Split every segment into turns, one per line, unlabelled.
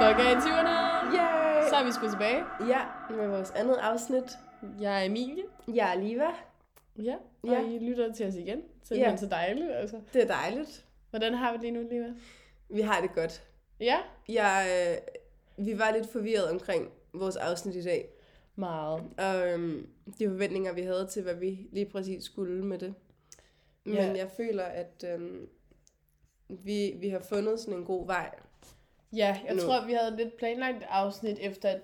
Nok af i 20'erne.
Yay!
Så er vi sgu tilbage.
Ja, med vores andet afsnit.
Jeg er Emilie.
Jeg er Liva.
Ja, og
Ja.
ja. I lytter til os igen. Så er
Ja.
ja. så dejligt, altså.
Det er dejligt.
Hvordan har vi det nu, Liva?
Vi har det godt.
Ja,
Jeg, øh, vi var lidt forvirret omkring vores afsnit i dag.
meget.
Og øhm, de forventninger, vi havde til, hvad vi lige præcis skulle med det. Men
Ja.
jeg føler, at øhm, vi, vi har fundet sådan en god vej.
Ja, jeg
Nu.
nu. tror, vi havde lidt planlagt et afsnit efter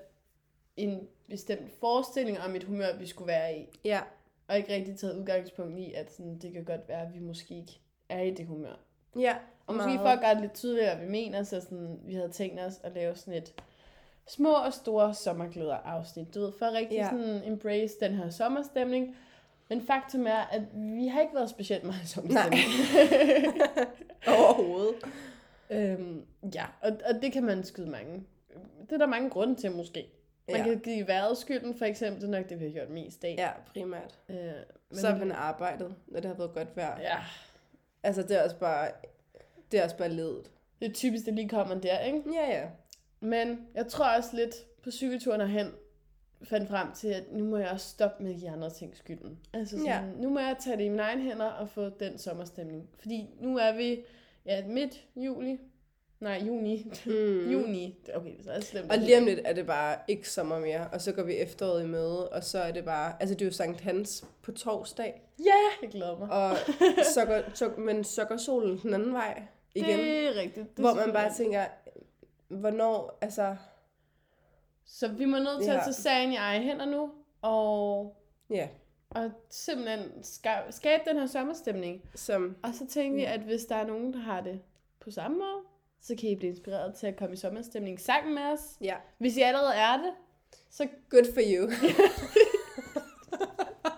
en bestemt forestilling om et humør, vi skulle være i.
Ja,
Og ikke rigtig taget udgangspunkt i, at sådan, det kan godt være, at vi måske ikke er i det humør.
ja.
Og måske for at gøre det lidt tydeligere, hvad vi mener, så sådan, vi havde tænkt os at lave sådan et små og store sommerglæder afsnit. Du ved, for at rigtig
Ja.
ja. sådan embrace den her sommerstemning. Men faktum er, at vi har ikke været specielt meget i sommerstemning.
Overhovedet.
øhm, ja, og, og det kan man skyde mange. Det er der mange grunde til, måske. Man
Ja.
ja. kan give vejret skylden, for eksempel. Det er nok det, vi har gjort mest af.
Ja, primært.
Øh, men,
Så har man arbejdet, når det har været godt vejr.
ja,
Altså, det er også bare, det er også bare ledet.
det er typisk, det lige kommer der, ikke?
Ja, ja.
Men jeg tror også lidt på cykelturen herhen, fandt frem til, at nu må jeg også stoppe med at give andre ting skylden. Altså sådan,
Ja.
ja. nu må jeg tage det i mine egne hænder og få den sommerstemning. Fordi nu er vi ja, midt juli. Nej, juni.
Mm.
juni. Okay, det er også slemt.
Og lige om lidt er det bare ikke sommer mere, og så går vi efteråret i møde, og så er det bare, altså det er jo Sankt Hans på torsdag,
Ja, jeg glæder mig.
og så går, så, men så går solen den anden vej igen, det,
Det er rigtigt. Det
hvor
skal
man bare
vi.
tænker, hvornår, altså,
Så vi må nødt til
Ja.
at tage sagen i egen hænder nu, og,
ja,
og simpelthen ska- skabe den her sommerstemning.
som,
Og så tænkte vi, at hvis der er nogen, der har det på samme måde, så kan I blive inspireret til at komme i sommerstemning sammen med os.
ja,
Hvis I allerede er det, så
good for you.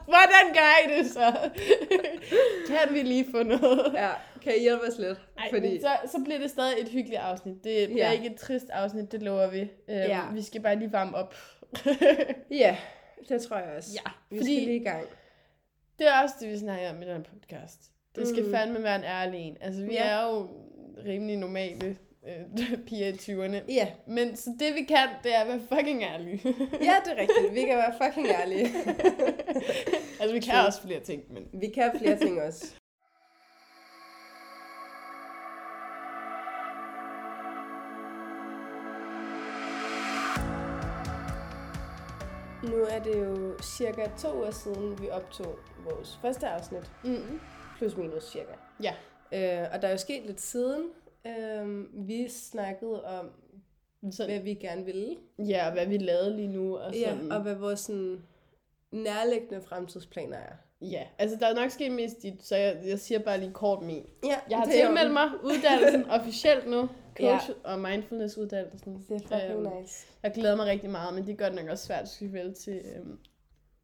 hvordan gør I det så? kan vi lige få noget?
ja, kan I hjælpe os lidt?
Ej, Fordi... så, så bliver det stadig et hyggeligt afsnit. Det bliver
Ja.
ikke et trist afsnit, det lover vi. Øhm,
Ja.
Vi skal bare lige varme op.
ja, det tror jeg også.
ja,
Vi
fordi
skal lige i gang.
det er også det, vi snakker om i den her podcast. Det skal
Mm.
fandme være en ærlig en. Altså, vi
Ja.
er jo rimelig normale øh, piger i 20'erne.
Ja,
Men så det vi kan, det er at være fucking ærlige.
ja, det er rigtigt. Vi kan være fucking ærlige.
altså vi kan også flere ting, men...
Vi kan flere ting også. Nu er det jo cirka to uger siden, vi optog vores første afsnit.
Mm-hmm.
Plus minus cirka.
Ja.
Øh, og der er jo sket lidt siden. Øh, vi snakkede om,
Sådan,
hvad vi gerne ville.
ja, og hvad vi lavede lige nu og sådan.
Ja, og hvad vores sådan, nærliggende fremtidsplaner er.
ja, altså der er nok sket mest dit, så jeg, jeg siger bare lige kort min.
Ja,
Jeg har
det er jo-
tilmeldt mig uddannelsen officielt nu.
Ja.
Coach og mindfulness-uddannelsen.
Det er fucking
Øhm,
nice.
Jeg glæder mig rigtig meget, men det er godt nok også svært at sige vel til øhm,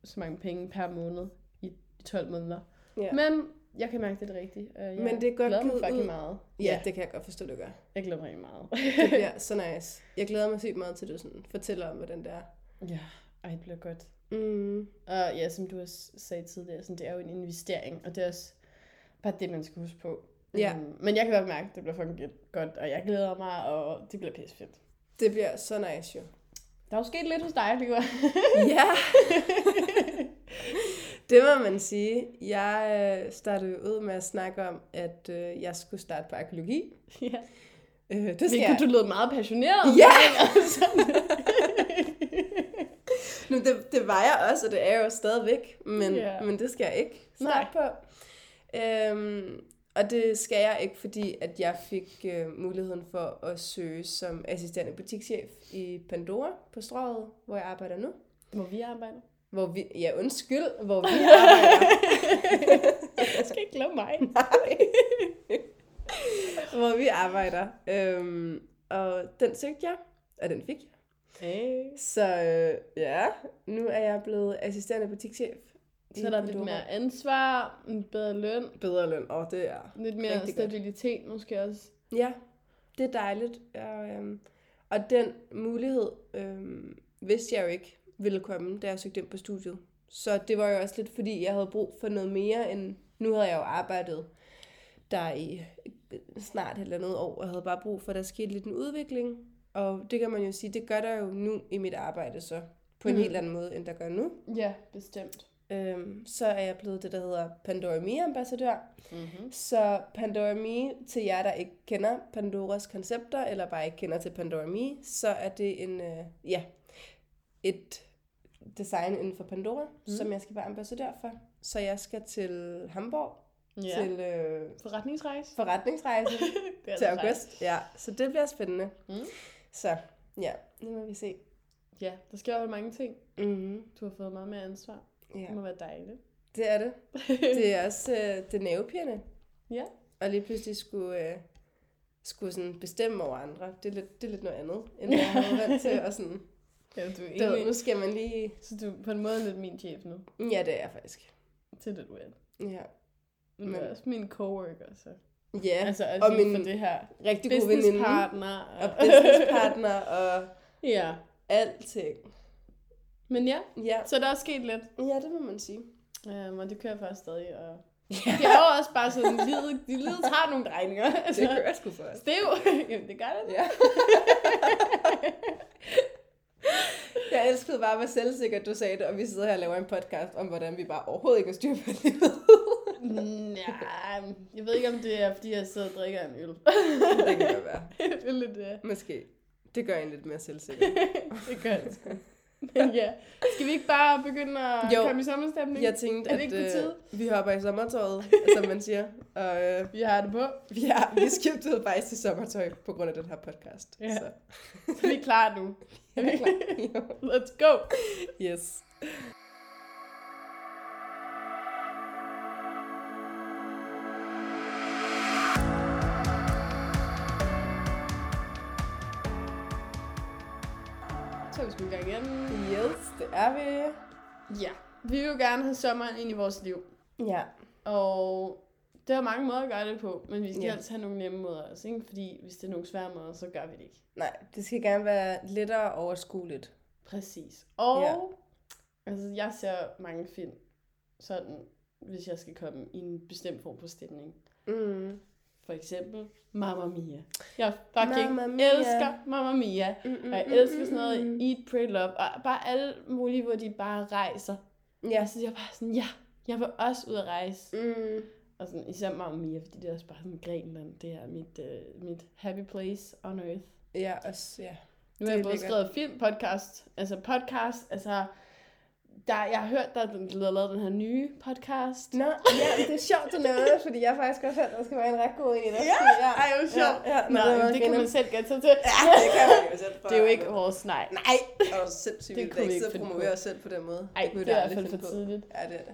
så mange penge per måned i, i 12 måneder.
Ja.
Men jeg kan mærke, det er det rigtige. Øh, jeg
Men det er godt
glæder mig
givet
fucking
ud.
meget.
Ja, det kan jeg godt forstå, du gør.
Jeg glæder mig rigtig meget.
Det bliver så nice. Jeg glæder mig sygt meget til, at du sådan fortæller om, hvordan det er.
ja, ej, det bliver godt.
Mm.
Og ja, som du også sagde tidligere, sådan, det er jo en investering, og det er også bare det, man skal huske på.
Ja.
Øhm, men jeg kan godt mærke, at det bliver fucking godt, og jeg glæder mig, og det bliver pisse fedt.
Det bliver så nice, jo.
Der er jo sket lidt hos dig, Liva.
Ja! det må man sige. Jeg øh, startede jo ud med at snakke om, at øh, jeg skulle starte på arkeologi.
ja.
Øh, det skal
Hvilket
jeg.
du lød meget passioneret.
Ja!
omkring.
Nu, det, det var jeg også, og det er jeg jo stadigvæk, men,
Ja.
men det skal jeg ikke starte på. Øhm, og det skal jeg ikke, fordi at jeg fik øh, muligheden for at søge som assisterende butikschef i Pandora på Strøget, hvor jeg arbejder nu.
Hvor vi arbejder.
Hvor vi, ja, undskyld, hvor vi arbejder,
Jeg skal ikke glemme mig.
hvor vi arbejder. Øhm, og den søgte jeg, og den fik jeg.
Hey.
Så øh, ja, nu er jeg blevet assisterende butikschef. i
Så er der lidt
Pandora.
mere ansvar, en bedre løn,
bedre løn, og det er
lidt mere
Rigtig godt.
stabilitet måske også.
Ja, det er dejligt. Og, øhm, og den mulighed øhm, vidste jeg jo ikke ville komme, da jeg søgte ind på studiet. Så det var jo også lidt, fordi jeg havde brug for noget mere end... Nu havde jeg jo arbejdet øh, der i snart et eller andet år, og havde bare brug for, at der skete lidt en udvikling. Og det kan man jo sige, det gør der jo nu i mit arbejde så, på en
Mm.
helt anden måde, end der gør nu.
Ja, bestemt.
Øhm, så er jeg blevet det, der hedder Pandora Me-ambassadør.
Mm-hmm.
Så Pandora Me, til jer, der ikke kender Pandoras koncepter, eller bare ikke kender til Pandora Me, så er det en, øh, ja, et design inden for Pandora, mm. som jeg skal være ambassadør for. Så jeg skal til Hamburg ja.
Ja.
til øh,
Forretningsrejse.
forretningsrejse
Det er
til
altså rejse.
august. Ja, så det bliver spændende.
Mm.
Så ja, nu må vi se.
Ja, der sker jo mange ting.
Mm-hmm.
Du har fået meget mere ansvar.
Ja,
Det må være dejligt.
det er det. Det er også øh, det nervepirrende.
Ja.
Og lige pludselig skulle, øh, skulle sådan bestemme over andre. Det er lidt, det er lidt noget andet, end jeg har været vant til. Og sådan,
ja, du er
du ved,
enig.
nu skal man lige... Mm,
Så du er på en måde lidt min chef nu.
Ja, det er jeg faktisk.
Det er lidt weird.
Ja,
Men du
Men-
er også min coworker, så.
ja
Altså, altså
og
og
min
min for det her.
rigtig god veninde.
Businesspartner.
Og businesspartner og
ja.
alting.
Men ja,
Ja.
så der er sket lidt.
ja, det må man sige.
Um, og det kører faktisk stadig. Og...
Ja,
Det er jo også bare sådan, livet, de livet tager nogle drejninger. Altså,
det kører sgu for os.
Stiv. Jamen, det gør det.
Ja. Jeg elskede bare, hvor selvsikkert du sagde det, og vi sidder her og laver en podcast om, hvordan vi bare overhovedet ikke har styr på livet.
Nej, jeg ved ikke, om det er, fordi jeg sidder og drikker en øl.
det kan godt være.
det er lidt det.
Måske. Det gør en lidt mere selvsikker.
det gør det sgu. Men ja, skal vi ikke bare begynde at
Jo.
jo. komme i sommerstemning?
Jeg tænkte,
Er det
at
ikke på tide?
øh, vi hopper i sommertøjet, som man siger. Og øh,
Vi har det på,
vi, har, vi skiftede faktisk til sommertøj på grund af den her podcast.
Ja.
Så
så vi er klar nu.
jeg er klar. Jo.
Let's go!
Yes.
Så er vi sgu i gang igen.
Yes, det er vi.
Ja, vi vil jo gerne have sommeren ind i vores liv.
Ja.
Og der er mange måder at gøre det på, men vi skal
Ja.
ja. altid have nogle nemme måder også, ikke? Fordi hvis det er nogle svære måder, så gør vi det ikke.
Nej, det skal gerne være lettere overskueligt.
Præcis. Og
Ja.
ja. altså, jeg ser mange film sådan, hvis jeg skal komme i en bestemt form for stemning.
Mm.
For eksempel Mamma Mia. Jeg fucking Mamma
Mamma Mia.
Mia. elsker Mamma Mia.
Mm-mm.
Og jeg elsker sådan
mm.
noget Eat, Pray, Love. Og bare alle mulige, hvor de bare rejser.
Ja.
Og så er jeg bare sådan, ja, jeg vil også ud at rejse.
Mm.
Og sådan, især Mamma Mia, fordi det er også bare sådan Grækenland. Det er mit, øh, mit happy place on earth.
Ja, også, ja.
Nu har
Det
jeg
er
både
lækkert.
skrevet film, podcast, altså podcast, altså... Der, jeg har hørt, der er blevet lavet den her nye podcast.
Nå, ja, det er sjovt, du nævner det, fordi jeg har faktisk også hørt, der skal være en ret god en i det.
Ja,
ja.
Ej, hvor sjovt.
Ja, ja.
Nå,
det,
det, det kan man selv gætte sig til.
Ja, det kan man jo selv
Det er jo ikke vores, nej.
Nej, det er jo
Det
sindssygt, vildt,
kunne
at
vi ikke
ikke sidde og
finde
promovere
på.
os selv på den måde.
Ej,
kunne
det
vi
er i
da
hvert
aldrig
fald for
finde på.
tidligt.
Ja, det er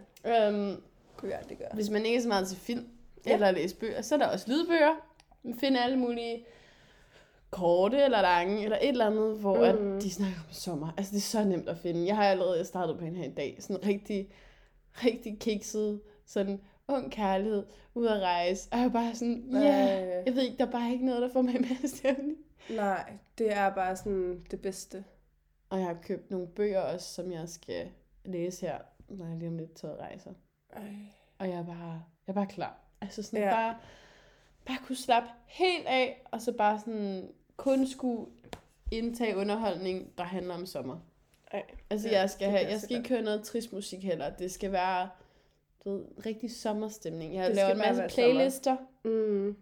det.
Øhm,
Kunne vi aldrig gøre.
hvis man ikke er så meget til film,
Ja.
ja. eller læse bøger, så er der også lydbøger. Man finder alle mulige korte eller lange, eller et eller andet, hvor mm.
Mhm.
at de snakker om sommer. Altså, det er så nemt at finde. Jeg har allerede startet på en her i dag. Sådan en rigtig, rigtig kikset, sådan ung kærlighed, ud at rejse. Og jeg er bare sådan, ja, yeah.
Øh,
jeg ved ikke, der er bare ikke noget, der får mig med stemning.
nej, det er bare sådan det bedste.
Og jeg har købt nogle bøger også, som jeg skal læse her, når jeg lige om lidt taget rejser.
Ej.
Og jeg er bare, jeg er bare klar. Altså sådan
Ja.
ja. bare, bare kunne slappe helt af, og så bare sådan kun skulle indtage underholdning, der handler om sommer.
Ej.
Altså
Ja,
ja, jeg skal,
det
have,
kan jeg
jeg skal
så
ikke høre noget trist musik heller. Det skal være du ved, rigtig sommerstemning. Jeg
Det
laver
skal
en
bare
masse
være sommer.
playlister.
Mm.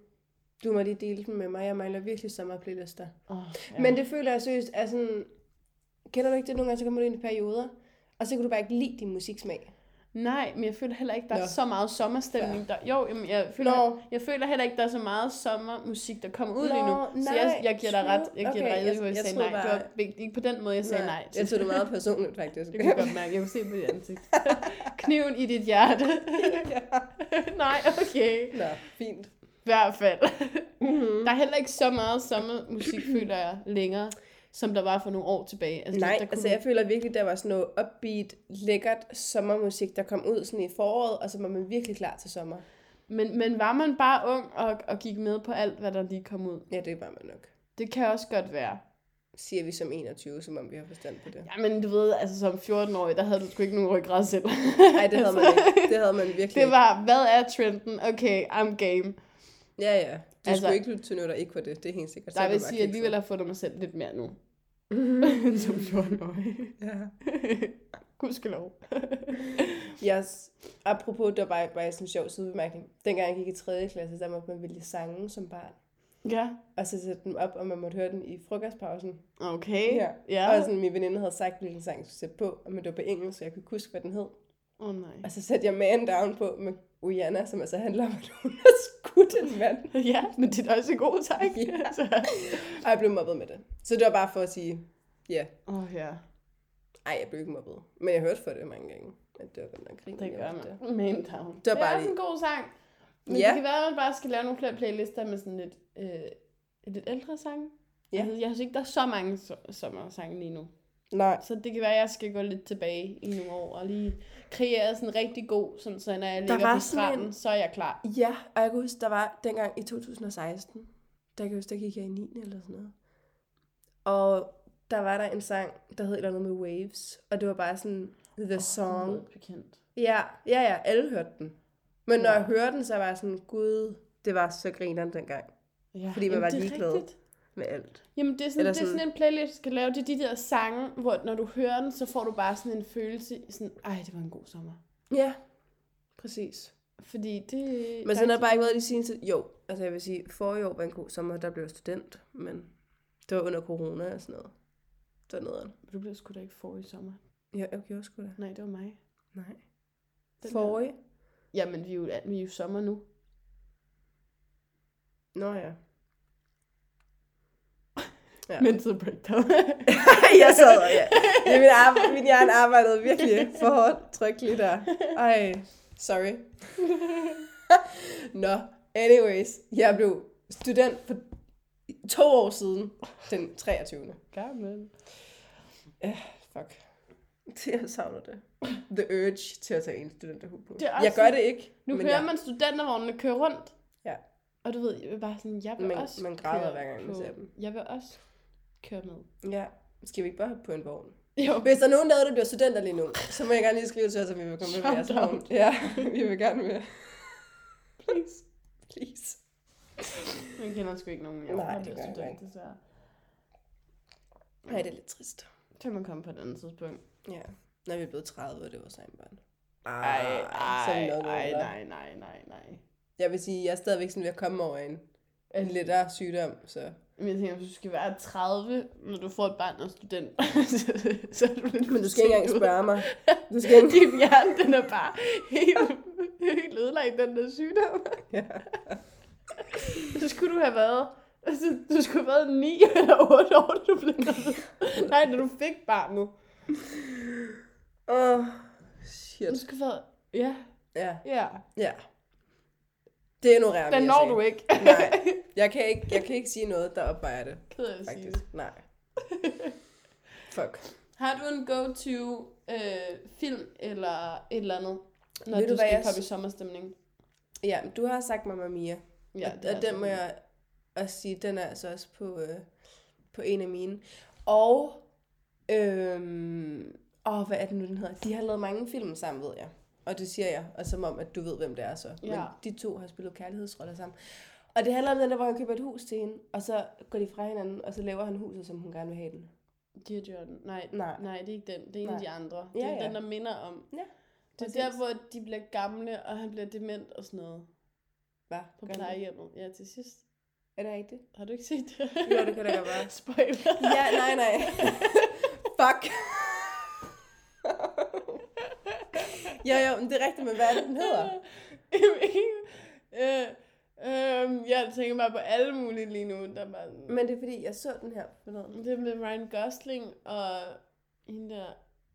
Du må lige dele den med mig. Jeg mangler virkelig sommerplaylister.
Oh,
Ja. Men det føler jeg seriøst er sådan... Kender du ikke det nogle gange, så kommer du ind i perioder, og så kan du bare ikke lide din musiksmag.
Nej, men jeg føler heller ikke, der
Nå.
er så meget sommerstemning. Der... Jo, jamen, jeg, føler,
Nå.
jeg føler heller ikke, der er så meget sommermusik, der kommer ud
Nå,
lige nu. Så jeg,
nej,
jeg giver dig ret.
true.
Jeg giver dig
Okay,
ret,
jeg-
hvor jeg, jeg
jeg
sagde
troede
nej. Bare...
bare-
Det var vigtigt. ikke på den måde, jeg sagde nej.
Jeg tog det meget personligt, faktisk.
Det kunne jeg godt mærke. Jeg kunne se på dit ansigt. Kniven i dit hjerte. Nej, okay.
Nå, fint.
I hvert fald.
Mm-hmm.
Der er heller ikke så meget sommermusik, føler jeg, længere, som der var for nogle år tilbage.
Nej,
der kunne...
altså jeg føler virkelig, der var sådan noget upbeat, lækkert sommermusik, der kom ud sådan i foråret, og så var man virkelig klar til sommer.
men, men var man bare ung og, og gik med på alt, hvad der lige kom ud?
Ja, det var man nok.
Det kan også godt være.
Siger vi som 21, som om vi har forstand på det.
Jamen, du ved, altså som 14-årig, der havde du sgu ikke nogen ryggrad selv. Altså,
Nej, det havde man ikke. Det havde man virkelig
Det var, hvad er trenden? Okay, I'm game.
ikke. Ja, ja. Du altså,
Altså-
skulle ikke lytte til noget, der ikke var det. Det er helt sikkert. Så
Der
kan
vil
du bare
sige, at jeg alligevel
kikse.
har fundet mig selv lidt mere nu. end Som 14-årig.
ja.
Gudskelov.
Yes. Apropos, der var, var sådan en sjov sidebemærkning. Dengang jeg gik i 3. klasse, der måtte man vælge sange som barn.
ja,
Og så sætte dem op, og man måtte høre den i frokostpausen.
okay.
Ja.
ja.
Og sådan, min veninde havde sagt, hvilken sang jeg skulle sætte på, men det var på engelsk, så jeg kunne ikke huske, hvad den hed.
oh, nej.
Og så satte jeg Man Down på med Rihanna, som altså handler om, at hun har skudt en mand.
Ja, men det er da også en god tak.
Ja.
Altså.
Og jeg blev mobbet med det. Så det var bare for at sige, ja, yeah.
Åh oh, ja,
ej, jeg blev ikke mobbet. Men jeg hørte for det mange gange, at det var godt nok grin.
det gør man. Man down.
Det var bare
også
lige-
en god sang. Men
Ja.
det kan være, at man bare skal lave nogle flere playlister med sådan lidt, øh, lidt ældre sange.
Ja.
Altså, jeg synes ikke, der er så mange so- sommersange lige nu.
Nej.
Så det kan være, at jeg skal gå lidt tilbage i nogle år og lige kreere sådan en rigtig god, sådan, så når jeg
var
ligger på
sådan
stranden,
en-
så er jeg klar.
Ja, og jeg kan huske, der var dengang i 2016, der kan jeg huske, der gik jeg i 9. eller sådan noget. Og der var der en sang, der hed et eller andet med Waves, og det var bare sådan, The
Det
Song.
lyder bekendt.
Ja, ja, ja, alle hørte den. Men når
Ja.
jeg hørte den, så var jeg sådan, gud, det var så grineren dengang
Ja,
Fordi man
jamen,
var
det er
ligeglad.
rigtigt.
med alt.
Jamen, det er, sådan,
Eller
det er
sådan-
sådan en playlist, du skal lave. Det er de der sange, hvor når du hører den, så får du bare sådan en følelse. Sådan, Ej, det var en god sommer.
Ja, præcis.
Fordi det...
Men sådan har det bare ikke været de seneste... Jo, altså jeg vil sige, forrige år var en god sommer, der blev jeg student, men det var under corona og sådan noget. Det var nederen.
Du blev sgu da ikke forrige sommer.
Ja, jeg gjorde sgu da.
Nej, det var mig.
Nej.
Den
Forrige?
Jamen, vi er jo, vi er jo sommer nu.
Nå ja. Ja.
Ja. Mental breakdown.
jeg sad og ja. Det er min, arbejde, min hjerne arbejdede virkelig for hårdt tryk lige der. Ej, sorry. Nå, anyways. Jeg blev student for to år siden, den 23.
Gammel.
Fuck. Det, jeg savner det. The urge til at tage en studenterhue på.
Det er også
jeg gør det ikke,
Nu
men
kører
jeg,
man studentervognene køre rundt.
Ja.
Og du ved, jeg vil bare sådan, jeg vil
man,
også
man græder
køre
hver gang, man
på-
ser dem.
Jeg vil også køre med.
Ja. Skal vi ikke bare hoppe på en vogn?
Jo,
Hvis der er nogen derude, der bliver studenter lige nu, så må jeg gerne lige skrive til os, at vi vil komme med på
Shout
jeres
out.
vogn. Ja, vi vil gerne med.
please.
Please.
Man kender sgu ikke nogen, jeg
Nej,
Nej,
det
det
gør jeg
student,
ikke.
desværre.
Nej, det er lidt trist.
Så kan man komme på et andet tidspunkt.
Ja. Når vi er blevet 30, og det var sejt barn.
Ej, ej,
sådan noget,
ej,
eller?
nej, nej, nej, nej.
Jeg vil sige, jeg er stadigvæk sådan ved at komme over en, en lettere sygdom, så...
Men jeg tænker, hvis du skal være 30, når du får et barn og student, så- så er du lidt
Men du skal ikke engang
forsinket.
spørge mig. Du skal ikke...
Din hjerne, den er bare helt, helt ødelagt, den der sygdom.
Ja.
Så skulle du have været, altså, du skulle have været 9 eller 8 år, da du blev gravid. Nej, da du fik barnet.
Åh, oh,
Du
shit.
skulle have været, ja,
Ja,
ja.
ja. Det ignorerer vi,
Den
jeg
når
sagde.
du ikke.
Nej, jeg kan ikke, jeg kan ikke sige noget, der opvejer det,
Ked af at sige det.
faktisk. Nej. Fuck.
Har du en go-to øh, film eller et eller andet, når
Ved
Ved du,
du,
du
hvad
skal
jeg
komme i
s-
sommerstemning?
Ja, men du har sagt Mamma Mia. Ja,
det
og,
er altså
og den
sådan
må
en.
jeg også sige, den er altså også på, øh, på en af mine. Og, øhm, åh, hvad er det nu, den hedder? De har lavet mange film sammen, ved jeg. Og det siger jeg, og som om, at du ved, hvem det er så. Men
Ja.
de to har spillet kærlighedsroller sammen. Og det handler om den der, hvor han køber et hus til hende, og så går de fra hinanden, og så laver han huset, som hun gerne vil have den.
Dear Jordan. Nej,
Nej.
nej, nej, det er ikke den. Det er en
Nej.
af de andre.
Ja,
Det er
ja.
den, der minder om.
Ja,
Det er der, hvor de bliver gamle, og han bliver dement og sådan noget.
Hvad?
På
Gør den?
plejehjemmet. Ja, til sidst.
Er det rigtigt?
Har du ikke set det?
Jo, det kan da godt være.
Spoiler.
Ja, nej, nej. Fuck. jo, jo, men det er rigtigt, men hvad er det, den hedder?
øh, øh, jeg tænker bare på alle mulige lige nu. Der er bare... sådan-
Men det er fordi, jeg så den her forleden.
Det er med Ryan Gosling og hende der,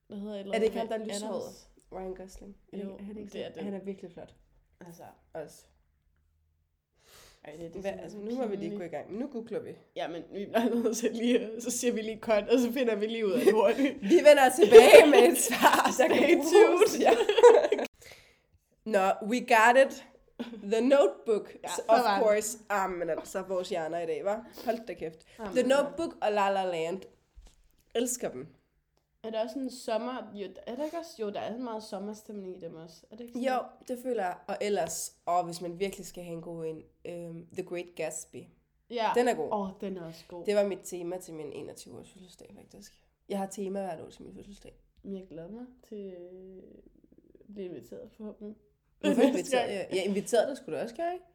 hvad hedder et eller
Er det
andet,
ikke ham, der er
Adams?
lyshåret? Ryan Gosling. Er det
Jo,
ikke- han ikke
det er
sådan?
den.
Han er virkelig flot.
Altså,
Også.
ej, det, er- det er
Hvad,
sådan
altså, nu må vi lige gå
pinligt.
i gang. Men nu googler vi.
Ja, men vi bliver nødt til lige, så siger vi lige cut, og så finder vi lige ud af det hurtigt.
Vi vender tilbage med et svar, der kan
Stay
bruges.
tuned.
Ja. Nå, we got it. The Notebook,
Ja,
ja,
så
of
var den.
course. Ah, men altså, vores hjerner i dag, var. Hold da kæft. The Notebook og La La Land. Elsker dem.
Er der også en sommer... Jo, er der ikke også... Jo, der er en meget sommerstemning i dem også. Er det ikke sådan?
Jo, det føler jeg. Og ellers, og hvis man virkelig skal have en god en, øhm, The Great Gatsby.
Ja.
Den er god.
Åh, oh, den er også god. Det...
Det var mit tema til min 21-års fødselsdag, faktisk. Jeg har tema hvert år til min fødselsdag.
Jeg glæder mig til øh, at blive inviteret forhåbentlig.
Hvorfor
Næste
inviterede
gang.
jeg? Jeg inviterede dig sgu da også, gør jeg ikke?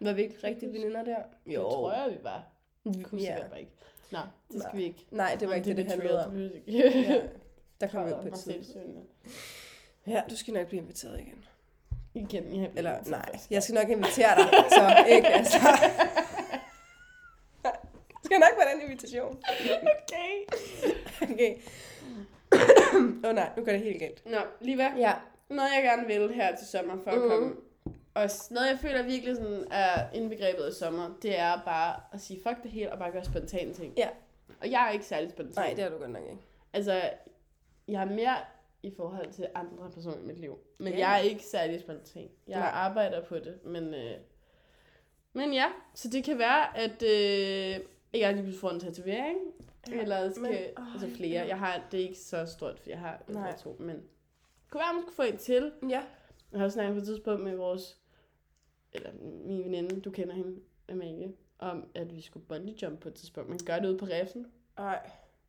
Var vi ikke rigtig veninder der? Jo.
Det tror jeg, vi var. Vi kunne
Ja.
yeah. sikkert bare ikke. Nå, det skal
Nej.
vi ikke.
Nej, det var ikke det, det handlede om.
Ja.
Ja. Der kom vi op på et tidspunkt. Ja, du skal nok blive inviteret igen.
Igen, jeg
Eller nej, jeg skal nok invitere dig, så ikke altså. Det skal nok være den invitation.
Okay.
Okay. Åh oh, nej, nu går det helt galt.
Nå, lige hvad?
Ja.
Noget, jeg gerne vil her til sommer for at
Mhm.
komme. Og s- noget, jeg føler virkelig sådan er indbegrebet af sommer, det er bare at sige fuck det hele og bare gøre spontane ting.
Ja.
Og jeg er ikke særlig spontan.
Nej, det har du godt nok ikke.
Altså, jeg er mere i forhold til andre personer i mit liv. Men
Ja.
yeah. jeg er ikke særlig spontan. Jeg
Nej.
arbejder på det, men... Øh, men ja, så det kan være, at øh, jeg gerne lige pludselig får en tatovering.
Ja,
Ja, eller skal,
men-
men,
Øj,
altså flere.
ja.
Jeg har, det er ikke så stort, for jeg har en
Nej.
eller to. Men det kunne være, at man skulle få en til.
Ja.
Jeg har også snakket på et tidspunkt med vores... Eller min veninde, du kender hende, Amalie. Om, at vi skulle bungee jump på et tidspunkt. Man gør det ude på riffen.
Nej,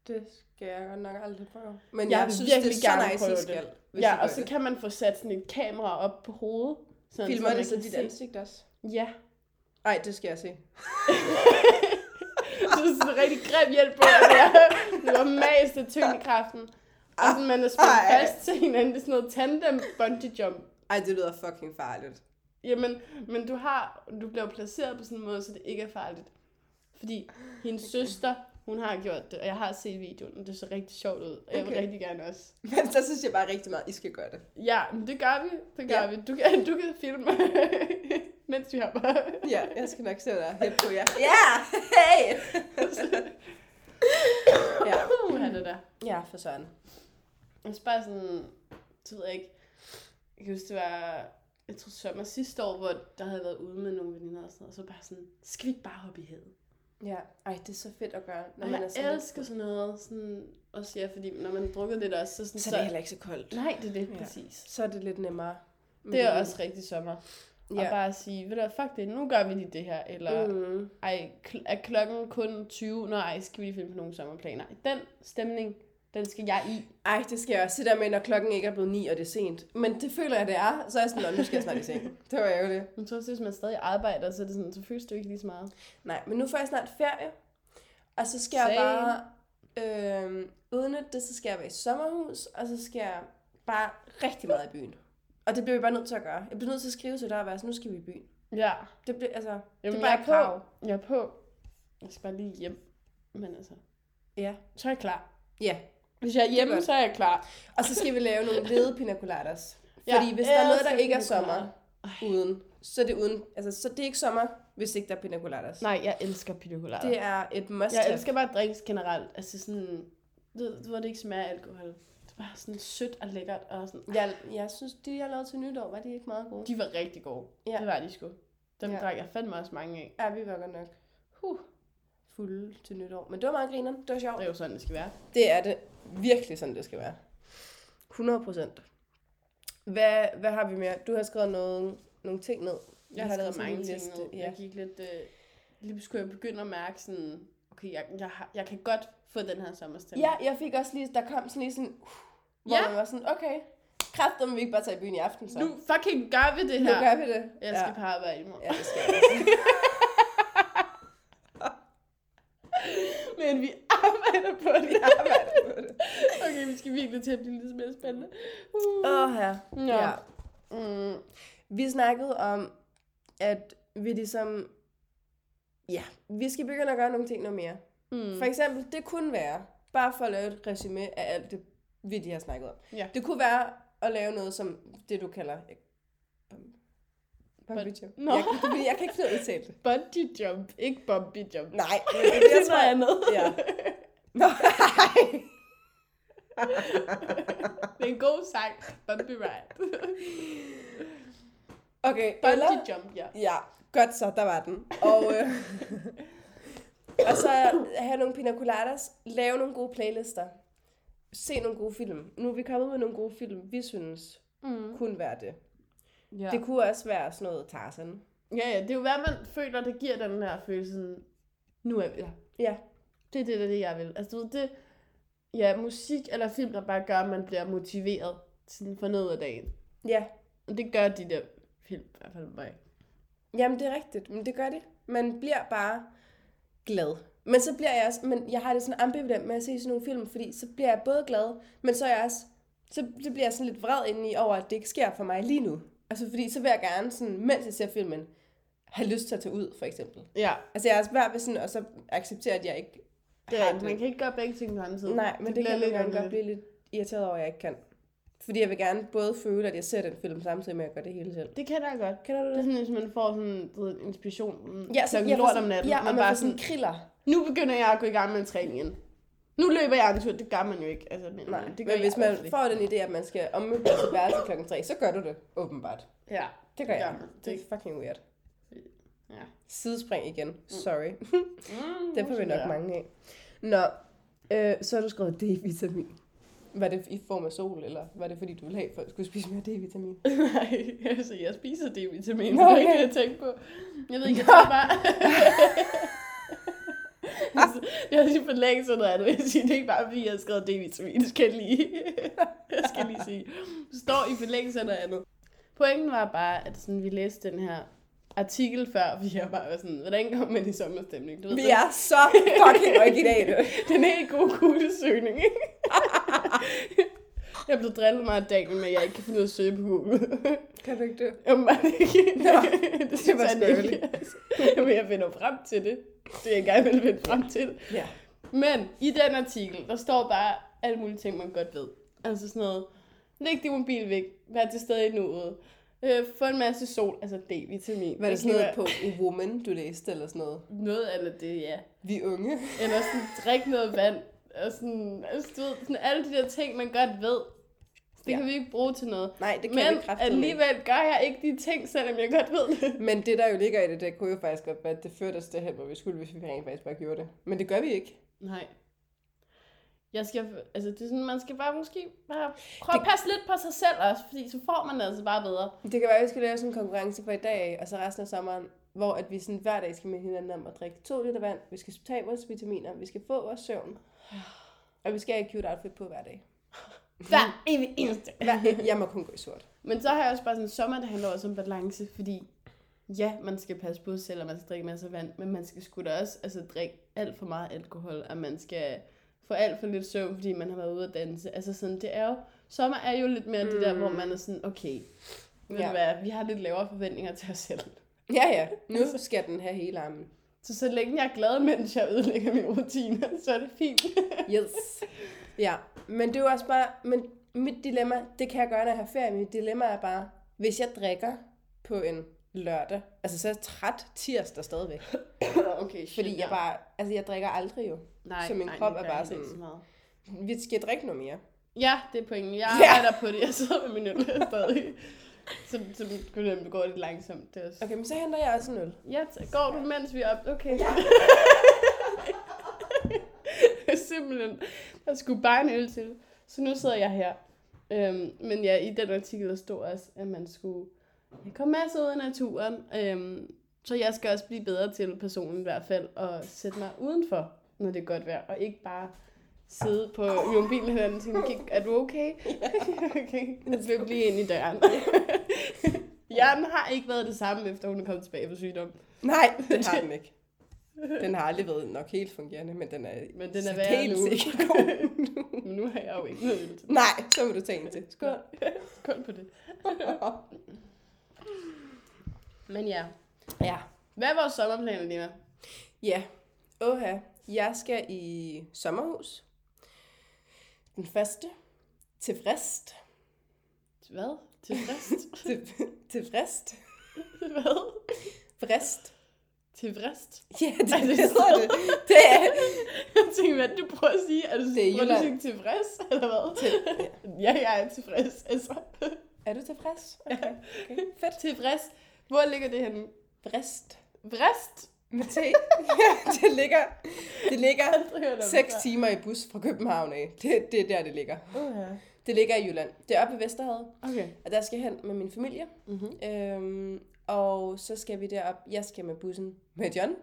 det skal jeg godt nok aldrig prøve. Men
Jeg
jeg,
vil
synes,
virkelig
det er
gerne
så nice,
prøve
I
det.
skal. hvis I
Ja,
gør
og så
det.
kan man få sat sådan et kamera op på hovedet. Sådan,
Filmer
man
det så
kan
dit
se-
ansigt også?
Ja.
Nej, det skal jeg se.
Så det er sådan en rigtig grim hjælp på, at jeg det var mast af tyngdekraften. Og sådan, man er spændt
Ej.
fast til hinanden. Det er sådan noget tandem bungee jump.
Ej, det lyder fucking farligt.
Jamen, men du, har, du bliver jo placeret på sådan en måde, så det ikke er farligt. Fordi hendes søster, hun har gjort det, og jeg har set videoen, og det så rigtig sjovt ud. Og jeg vil
Okay.
rigtig gerne også.
Men der synes jeg bare rigtig meget, I skal gøre det.
Ja, men det gør vi. Det gør
Ja.
ja. vi. Du, kan, du kan filme, mens vi hopper.
Ja, jeg skal nok se dig helt på jer. Ja, hey! ja.
Uh, han er der.
ja, for søren.
Jeg er bare sådan, så ved jeg ikke, jeg kan huske, det var, jeg tror sommer sidste år, hvor der havde jeg været ude med nogle veninder og sådan noget, og så bare sådan, skal vi ikke bare hoppe i havet?
Ja, ej, det er så fedt at gøre, når
Og
man
jeg
er sådan lidt-
elsker sådan noget, sådan, også ja, fordi når man drukker lidt også, så sådan,
Så er det heller ikke så koldt.
nej, det er det,
Ja.
ja. præcis.
Så er det lidt nemmere. Men
Det er også rigtig sommer. Ja. Og
Ja.
bare at sige, ved du hvad, fuck det, nu gør vi lige det her, eller mm.
Mm.
ej, kl- er klokken kun 20, nej, ej, skal vi lige finde på nogle sommerplaner. Den stemning, den skal jeg i.
Ej, det skal jeg også. Det der med, når klokken ikke er blevet ni, og det er sent. Men det føler jeg, det er. Så er jeg sådan, "Nå, nu skal jeg snart i seng. Det var jo det.
Men så hvis man stadig arbejder, så er det sådan, så føles det jo ikke lige så meget.
Nej, men nu får jeg snart ferie. Og så skal Same. jeg
Same.
bare øh, udnytte det, så skal jeg være i sommerhus, og så skal jeg bare rigtig meget i byen. Og det bliver vi bare nødt til at gøre. Jeg bliver nødt til at skrive til dig og være sådan, nu skal vi i byen.
Ja.
Det bliver, altså, det
Jamen,
er bare
jeg
et
er
krav.
på. Jeg er på. Jeg skal bare lige hjem. Men altså,
Ja.
så er jeg klar.
Ja.
Hvis jeg er hjemme,
godt.
så er jeg klar.
Og så skal vi lave nogle lede pina coladas.
Jeg
Fordi hvis der er noget, der
elsker
ikke er
pina colada.
sommer uden, så er det uden. Altså, så det er ikke sommer, hvis ikke der er pina coladas.
Nej, jeg elsker pina colada.
Det er et must
jeg elsker bare drinks generelt. Altså sådan, du ved, hvor det ikke smager af alkohol. Det er bare sådan sødt og lækkert. Og sådan.
Jeg, jeg synes, de jeg lavede til nytår, var de ikke meget gode?
De var rigtig gode.
Ja.
Ja. Det var de sgu. Dem
Ja.
ja. drak jeg fandme også mange af.
Ja, vi var godt nok
Huh.
fulde til nytår. Men det var meget grineren. Det var sjovt.
Det er jo sådan, det skal være.
Det er det virkelig sådan, det skal være. 100 procent. Hvad, hvad har vi mere? Du har skrevet nogle, nogle ting ned.
Jeg har lavet mange ting
liste.
ned. Ja.
Ja.
Jeg gik lidt... Øh, lige skulle jeg begynde at mærke sådan... Okay, jeg, jeg, har, jeg kan godt få den her sommerstemning.
ja, jeg fik også lige, der kom sådan lige sådan, uh, hvor
Ja.
man var sådan, okay, kræfter vi ikke bare tage i byen i aften, så.
Nu fucking gør vi det
nu
her.
gør vi det.
Jeg skal
ja.
på arbejde i morgen.
ja, det skal jeg også.
Men vi arbejder på det.
Jeg arbejder på det.
Okay, vi skal virkelig til at blive lidt mere spændende. Uh.
Åh, her.
Nå.
Ja.
Mm.
Vi snakkede om, at vi ligesom, ja, vi skal begynde at gøre nogle ting noget mere.
Mm.
For eksempel, det kunne være, bare for at lave et resume af alt det, vi lige har snakket om.
Ja.
Det kunne være at lave noget som det, du kalder... Bungee jump.
Nå.
Jeg, det er fordi, jeg kan ikke finde ud af at udtale det.
Bungee jump, ikke bungee jump.
Nej, men
det er noget andet.
Ja. Nå, nej.
Det er en god sang. Bungee ride.
Okay, eller...
Bungee jump, ja.
Ja, godt så, der var den. Og, øh, og så have nogle pina coladas, lave nogle gode playlister. se nogle gode film. Nu er vi kommet med nogle gode film, vi synes
Mm.
kunne være det.
Ja.
Ja. Det kunne også være sådan noget Tarzan.
ja, ja, det er jo hvad man føler, der giver den her følelse, sådan, nu er vi der.
Ja.
Det er det, der er det, jeg vil. Altså, du ved, det, ja, musik eller film, der bare gør, at man bliver motiveret sådan for noget af dagen.
Ja.
Og det gør de der film, i hvert fald mig.
Jamen, det er rigtigt. Men det gør det. Man bliver bare glad. Men så bliver jeg også, men jeg har det sådan ambivalent med at se sådan nogle film, fordi så bliver jeg både glad, men så er jeg også, så, så bliver jeg sådan lidt vred indeni over, at det ikke sker for mig lige nu. Altså fordi, så vil jeg gerne sådan, mens jeg ser filmen, have lyst til at tage ud, for eksempel.
Ja,
Altså jeg er også værd ved sådan, og så acceptere, at jeg ikke
det er
har
rigtigt. Man kan ikke gøre begge ting på samme tid.
Nej, men det, det kan jeg nogle gange godt
underligt.
blive lidt irriteret over, at jeg ikke kan. Fordi jeg vil gerne både føle, at jeg ser den film, samtidig med at jeg gør det hele selv.
Det kender jeg godt.
Kender du
Det er sådan, hvis man får sådan du ved, inspiration
Ja, så
klokken
jeg får
lort om
sådan-
natten.
Ja, og
man, bare sådan,
kriller.
nu begynder jeg at gå i gang med en træning igen. Nu løber jeg en tur, det gør man jo ikke. Altså, men,
Nej,
det
det
gør
Mm. men
jeg
hvis man
også ikke.
får den idé, at man skal ommøble sit værelse klokken 3, så gør du det, åbenbart.
Ja,
Det gør jeg.
man.
Det er fucking weird.
Ja.
Sidespring igen. Sorry.
Mm,
Det får vi
sådan
nok
der.
mange af. Nå, øh, så har du skrevet D-vitamin. Var det i form af sol, eller var det fordi, du ville have, for at skulle spise mere D-vitamin?
Nej, altså jeg spiser D-vitamin,
Nå,
det er ikke
okay.
det, jeg tænker på. Jeg ved ikke, jeg tror bare... Altså, jeg har lige for længe sådan noget andet, jeg siger, det er ikke bare fordi, jeg har skrevet D-vitamin, det skal jeg lige, jeg skal lige sige. Det står i forlængelse af noget andet. Pointen var bare, at sådan, vi læste den her artikel før, fordi jeg bare var sådan, hvordan kommer man i sommerstemning? Du ved,
Vi
den-
er så fucking originale.
Den helt gode kuglesøgning, ikke? jeg blev drillet meget af dagen med, at jeg ikke kan finde ud af at søge på Google.
Kan du ikke det?
Åbenbart ikke.
Nå,
det
det
synes
var
han
sørgeligt.
ikke. Altså, Men jeg finder frem til det. Det er jeg gerne vil finde frem til.
Ja.
Men i den artikel, der står bare alle mulige ting, man godt ved. Altså sådan noget, læg din mobil væk, vær til stede i nuet, øh, få en masse sol, altså D-vitamin.
Var det
kan
sådan noget
være
på Woman, du læste, eller sådan noget?
Noget af det, ja.
Vi unge.
Eller sådan, drik noget vand, og sådan, altså, du ved, sådan alle de der ting, man godt ved. Det
Ja.
ja. kan vi ikke bruge til noget.
Nej, det kan
Men
vi kraftedeme ikke.
alligevel gør jeg ikke de ting, selvom jeg godt ved det.
Men det, der jo ligger i det, det kunne jo faktisk godt være, at det førte os derhen, hvor vi skulle, hvis vi rent faktisk bare gjorde det. Men det gør vi ikke.
Nej. Jeg skal, altså det er sådan, man skal bare måske bare prøve at passe lidt på sig selv også, fordi så får man det altså bare bedre.
Det kan være, at vi skal lave sådan en konkurrence for i dag, og så resten af sommeren, hvor at vi sådan hver dag skal minde hinanden om at drikke to liter vand, vi skal tage vores vitaminer, vi skal få vores søvn, og vi skal have et cute outfit på hver dag. Mhm.
Hver evig eneste.
Hver, jeg må kun gå i sort.
Men så har jeg også bare sådan en sommer, der handler også om balance, fordi ja, man skal passe på sig selv, og man skal drikke masser af vand, men man skal sgu da også altså, drikke alt for meget alkohol, og man skal få alt for lidt søvn, fordi man har været ude at danse. Altså sådan, det er jo, sommer er jo lidt mere mm. det der, hvor man er sådan, okay, ved
Ja.
ja. hvad, vi har lidt lavere forventninger til os selv.
Ja, ja. Nu skal den have hele armen.
Så så længe jeg er glad, mens jeg ødelægger mine rutiner, så er det fint.
Yes. Ja, men det er jo også bare, men mit dilemma, det kan jeg gøre, når jeg har ferie. Mit dilemma er bare, hvis jeg drikker på en lørdag, altså så er jeg træt tirsdag stadigvæk.
okay, shit,
Fordi jeg bare, altså jeg drikker aldrig jo.
nej,
så min
nej,
krop
nu
er
gør
bare
jeg
sådan-
ikke så meget.
Vi skal drikke noget mere.
Ja, det er pointen. Jeg
Ja.
arbejder på det. Jeg sidder med min øl stadig. Så, så kunne det gå lidt langsomt. Det er også...
Okay, men så henter jeg også en øl.
Ja, tak. går du, mens vi er op? Okay. Simpelthen. Der skulle bare en øl til. Så nu sidder jeg her. Øhm, men ja, i den artikel der stod også, at man skulle komme masser ud i naturen. Øhm, så jeg skal også blive bedre til personen i hvert fald, og sætte mig udenfor, når det er godt vejr, og ikke bare sidde på i mobilen og tænke, "Gik- er du okay? okay, jeg skal blive ind i døren. Hjernen har ikke været det samme, efter hun er kommet tilbage fra sygdom.
Nej, det har den ikke. Den har aldrig været nok helt fungerende, men den er,
Men den er værre
helt
nu.
sikkert god nu.
Men nu har jeg jo ikke noget øl til.
Nej, så må du tage en til. Skål.
Skål. Skål på det. Men ja.
Ja.
Hvad er vores sommerplaner, Nina?
Ja. Oha. Jeg skal i sommerhus. Den første. Til frist.
Hvad? Til frist?
Til, til frist.
Hvad?
Frist.
Til frist?
Ja, det
Er det
hedder
sådan?
det. Det er
Jeg tænkte, hvad er det, du prøver at sige? Er du,
Det er
det er prøver du at
Jylland.
sige tilfreds, eller hvad?
til.
Ja, jeg er tilfreds, altså.
Er du tilfreds? Okay. okay. Fedt.
Tilfreds. Hvor ligger det henne?
Frist.
Vrist?
Med te. ja, det ligger, det ligger
aldrig hørt om
6
før.
timer i bus fra København af. Det, det er der, det ligger.
Uha.
Det ligger i Jylland. Det er oppe ved Vesterhavet,
Okay.
og der skal jeg hen med min familie.
Mm-hmm.
Øhm, og så skal vi derop. Jeg skal med bussen med John.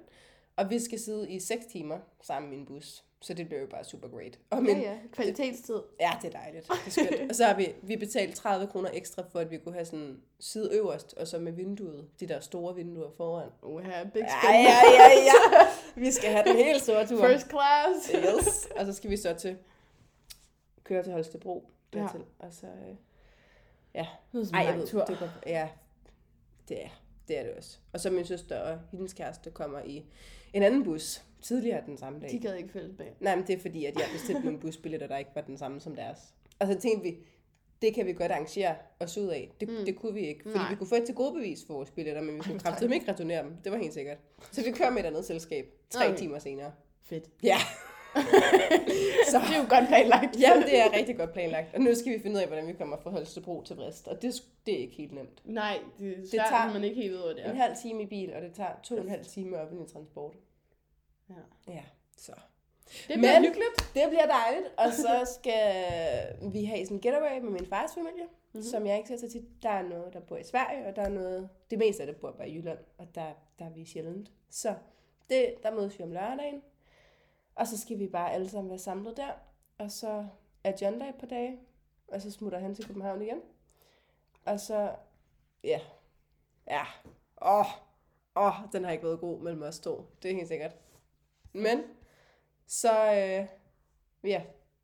Og vi skal sidde i 6 timer sammen i en bus. Så det bliver jo bare super great. Og min,
Ja, ja. Kvalitetstid.
ja, det er dejligt. Det er skønt. og så har vi, vi betalt 30 kroner ekstra for, at vi kunne have sådan side øverst, og så med vinduet, de der store vinduer foran.
Uha, big
Ja,
spin.
ja, ja, ja. Vi skal have den helt store tur.
First class.
Yes. Og så skal vi så til køre til Holstebro
Ja.
dertil. Ja. Og så, øh,
Det
ej,
Ej,
jeg ved,
tur.
det er godt- ja, det er, det er det også. Og så min søster og hendes kæreste kommer i en anden bus tidligere den samme dag.
De gad ikke fælles bag.
Nej, men det er fordi, at jeg bestilte nogle busbilletter, der ikke var den samme som deres. Og så tænkte vi, det kan vi godt arrangere os ud af. Det, mm. det kunne vi ikke, fordi
Hmm. Nej.
Nej. vi kunne få et til gode bevis for vores billetter, men vi kunne kraftedeme ikke returnere dem. Det var helt sikkert. Så vi kører med et andet selskab tre
Okay.
okay. timer senere.
Fedt.
Ja,
Så. Det er jo godt planlagt.
jamen, det er rigtig godt planlagt. Og nu skal vi finde ud af, hvordan vi kommer fra Holstebro til Vrist, og det, er sgu- det er ikke helt nemt.
Nej, det er svært,
tager-
når man ikke helt ved, hvad det
En
er.
halv time i bil, og det tager to og en halv time op i transport.
Ja.
Ja, så.
Det bliver
Men-
hyggeligt.
Det bliver dejligt, og så skal vi have sådan en getaway med min fars familie,
Mhm.
mm-hmm. som jeg ikke ser så tit. Der er noget, der bor i Sverige, og der er noget, det meste af det bor bare i Jylland, og der, der er vi sjældent. Så det, der mødes vi om lørdagen, og så skal vi bare alle sammen være samlet der, og så er John der et par dage, og så smutter han til København igen. Og så, ja, ja, åh, åh, den har ikke været god mellem os to, det er helt sikkert. Men, så, øh, Ja,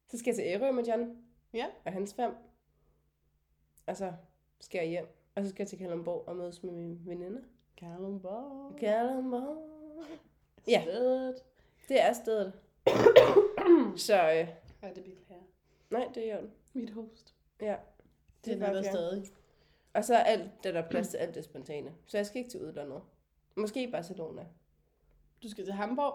så skal jeg til Ærø med John
Ja.
og hans fem. Og så skal jeg hjem. Og så skal jeg til Kalundborg og mødes med mine veninder.
Kalundborg.
Kalundborg. Ja.
Stedet.
Det er stedet. så øh,
Ej, det beklager.
nej, det er jo
Mit host.
Ja.
Det er
bare
der
fjern.
stadig.
Og så er alt det, der er plads til alt det spontane. Så jeg skal ikke til udlandet. Måske Barcelona.
Du skal til Hamburg.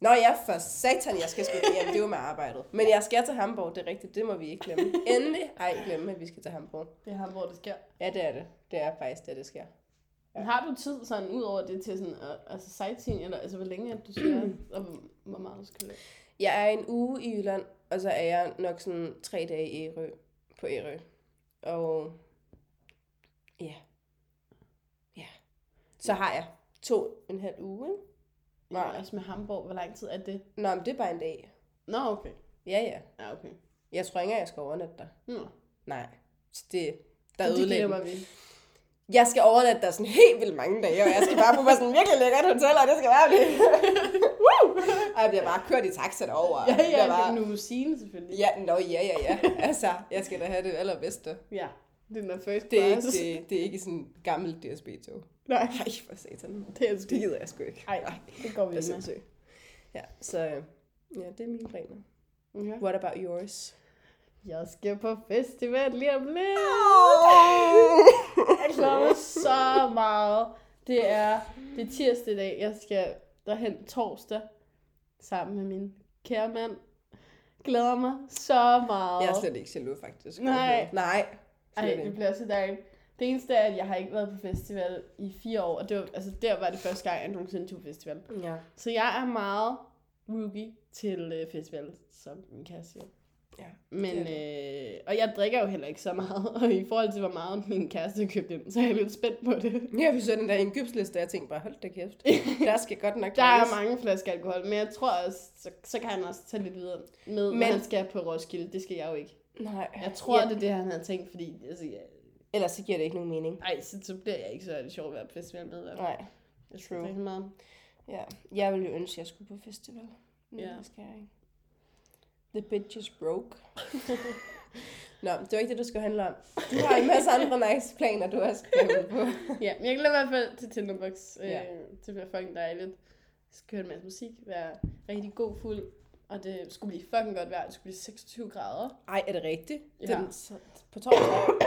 Nå ja, for satan, jeg skal sgu hjem. Det er jo med arbejdet. Men jeg skal til Hamburg, det er rigtigt. Det må vi ikke glemme. Endelig ej glemme, at vi skal til Hamburg.
Det er Hamburg, det sker.
Ja, det er det. Det er faktisk det, det sker.
Men har du tid sådan, ud over det til sådan, øh, altså sightseeing, eller altså, hvor længe at du skal, og hvor- hvor meget du skal løbe?
Jeg er en uge i Jylland, og så er jeg nok sådan tre dage i Ærø, på Ærø. Og ja, ja. Så har jeg to en halv uge. ikke? Nej.
Ja, også med Hamburg, hvor lang tid er det?
Nå, men det er bare en dag.
Nå, okay.
Ja, ja.
Ja, okay.
Jeg tror ikke, engang, jeg skal overnatte der.
Nå.
Nej, så det, der
Så
er
det
ødelæggende.
glemmer vi.
Jeg skal overnatte der sådan helt vildt mange dage, og jeg skal bare på mig sådan virkelig lækkert hotel, og det skal være det. Woo! og jeg bliver bare kørt i taxa derover.
Ja, ja,
jeg bare...
det er nu scene selvfølgelig.
Ja, nå, ja, ja, ja. Altså, jeg skal da have det allerbedste.
Ja, det er den der first
Det er, ikke,
class.
det, det er ikke sådan en gammel DSB-tog.
Nej,
Nej, for satan.
det er sgu
Det gider jeg sgu ikke.
Ej, det går vi
det er
ikke med.
sindssygt. Ja, så øh, ja, det er mine planer.
Ja.
What about yours?
Jeg skal på festival lige om lidt. Jeg glæder
Oh!
mig så meget. Det er, det er tirsdag i dag. Jeg skal derhen torsdag sammen med min kære mand. Glæder mig så meget.
jeg er slet ikke jaloux, faktisk.
Nej.
Nej.
Ej,
Slet
det
ikke.
bliver så dejligt. Det eneste er, at jeg har ikke været på festival i fire år, og det var, altså, der var det første gang, jeg nogensinde tog festival.
Ja.
Så jeg er meget rookie til øh, festival, som min kæreste siger.
ja.
Men,
Det
øh, og jeg drikker jo heller ikke så meget, og i forhold til, hvor meget min kæreste købte ind, så er jeg lidt spændt på det.
Ja, vi så den der indkøbsliste, og jeg tænkte bare, hold da kæft. Der skal godt nok
Der er
drikkes.
mange flasker alkohol, men jeg tror også, så, så kan han også tage lidt videre med, men...
Men-
når han skal på Roskilde. Det skal jeg jo ikke.
Nej.
Jeg tror,
ja.
det er det, han har tænkt, fordi altså, ja,
Ellers så giver det ikke nogen mening.
ej, så, så bliver jeg ikke så sjov at være på festival med. i hvert fald.
Nej.
Jeg skal
true.
drikke meget.
Ja, jeg ville jo ønske, at jeg skulle på festival. Men
Ja.
det skal jeg ikke. The bitch is broke. Nå, det var ikke det, du skulle handle om. Du har en masse andre nice planer, du også skal ud på.
Ja, men jeg glæder mig i hvert fald til Tinderbox. Øh,
Ja.
Det bliver fucking dejligt. Jeg skal høre en masse musik, være rigtig god fuld, og det skulle blive fucking godt vejr. Det skulle blive 26 grader.
Ej, er det rigtigt?
Ja.
Den, så- på torsdag?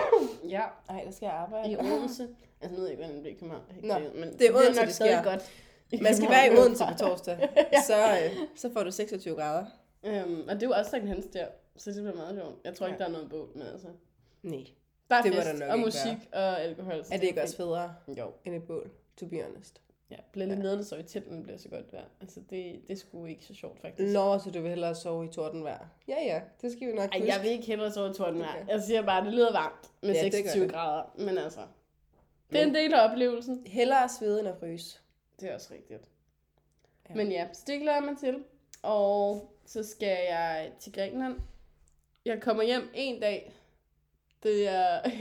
Ja,
Ej, der skal jeg arbejde.
i Odense. Altså, nu ved jeg ikke, hvordan det bliver i København. Jeg har ikke
Nå,
tjekket, men
det er Odense,
nok
det
stadig
sker.
godt.
Man skal
København
være i
herfra.
Odense på torsdag, så, øh, så får du 26 grader.
Øhm, og det er jo også Sankt Hans der, så det bliver meget sjovt. Jeg tror ikke,
Ja.
der er noget bål, men altså...
Nej.
Der er
Det må
fest
der nok
og
ikke
musik og alkohol. så
Er det ikke også
fint.
federe
Jo.
end et bål, to be honest?
Ja, bliver lidt
Ja.
nederne så i telten bliver så godt vejr. Altså, det, det er sgu ikke så sjovt, faktisk.
Nå, så du vil hellere sove i tordenvejr. Ja, ja, det skal vi nok
Ej,
huske.
jeg vil ikke hellere sove i torden her.
Okay.
Jeg siger bare, at det lyder varmt med
Ja,
ja,
det gør
26
det.
grader. Men altså, det er
Men-
en del af oplevelsen.
Hellere svede end at fryse.
Det er også rigtigt.
Ja.
Ja. Men ja, så det glæder jeg mig til. Og så skal jeg til Grækenland. Jeg kommer hjem en dag. Det er...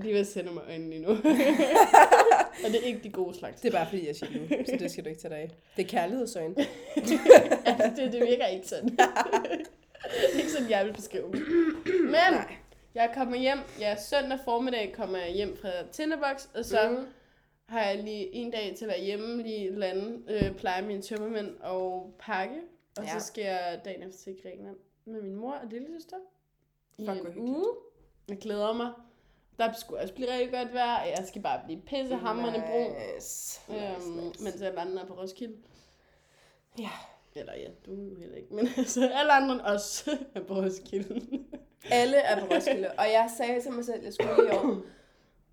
Lige ved at sende mig øjnene lige nu. Og det er ikke de gode slags.
Det er bare fordi, jeg siger nu, så det skal du ikke tage dig af. Det er kærlighedsøjne.
altså, det, det virker ikke sådan. Det er ikke sådan, jeg vil beskrive det. Men
Nej.
jeg kommer hjem, ja, søndag formiddag kommer jeg hjem fra Tinderbox, og så mm. har jeg lige en dag til at være hjemme, lige lande, øh, pleje mine tømmermænd og pakke. Og ja.
Ja.
så skal jeg dagen efter til Grækenland med min mor og lillesøster. I
Fuck,
en
hvor hyggeligt.
uge. Jeg glæder mig. Der skulle også blive rigtig godt vejr, og jeg skal bare blive pissehammerende brun.
Nice. Nice,
Øhm,
nice.
mens alle andre er på Roskilde.
Ja.
Eller ja, du er jo heller ikke. Men altså, alle andre end os er på Roskilde.
Alle er på Roskilde, og jeg sagde til mig selv, at jeg skulle i år.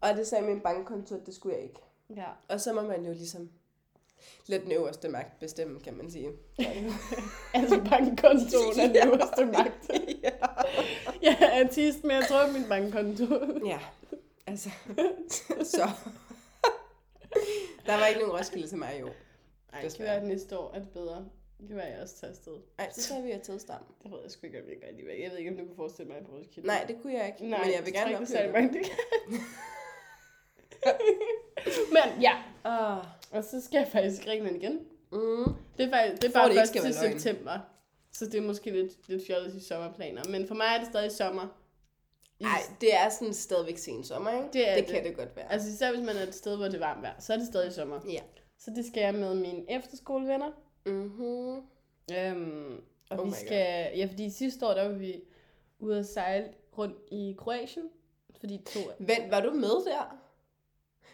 Og det sagde min bankkonto, at det skulle jeg ikke.
ja.
Og så må man jo ligesom lade den øverste magt bestemme, kan man sige.
altså bankkontoen er den øverste magt.
ja.
Jeg er artist, men jeg tror, min bankkonto.
ja, altså, så. Der var ikke nogen Roskilde til mig i år.
Ej, det kan
Desværre.
være, at næste år er det bedre. Det kan være, at jeg også tager afsted.
Ej, så tager vi jo til Stam.
Det ved jeg sgu ikke, om jeg gør alligevel. Jeg ved ikke, om du kunne forestille mig på Roskilde.
Nej, det kunne jeg ikke,
Nej,
men jeg vil
jeg tror
gerne
ikke, der er særlig
opleve det.
mange, der kan. Men ja,
Oh.
og så skal jeg faktisk til Grækenland igen.
Mm.
Det er, faktisk, det er
For
bare
at det ikke
først
skal
til
være løgn.
september. Så det er måske lidt, lidt fjollet i sommerplaner. Men for mig er det stadig sommer. I,
Ej, det er sådan stadigvæk sen sommer, ikke?
Det er
det
det.
kan det godt være.
Altså især hvis man er et sted, hvor det er varmt vejr, så er det stadig sommer.
Ja.
Så det skal jeg med mine efterskolevenner.
Mm-hmm.
Øhm, og
Oh
oh vi
my
skal... Ja, fordi sidste år, der var vi ude at sejle rundt i Kroatien. Fordi to...
Vent, var du med der?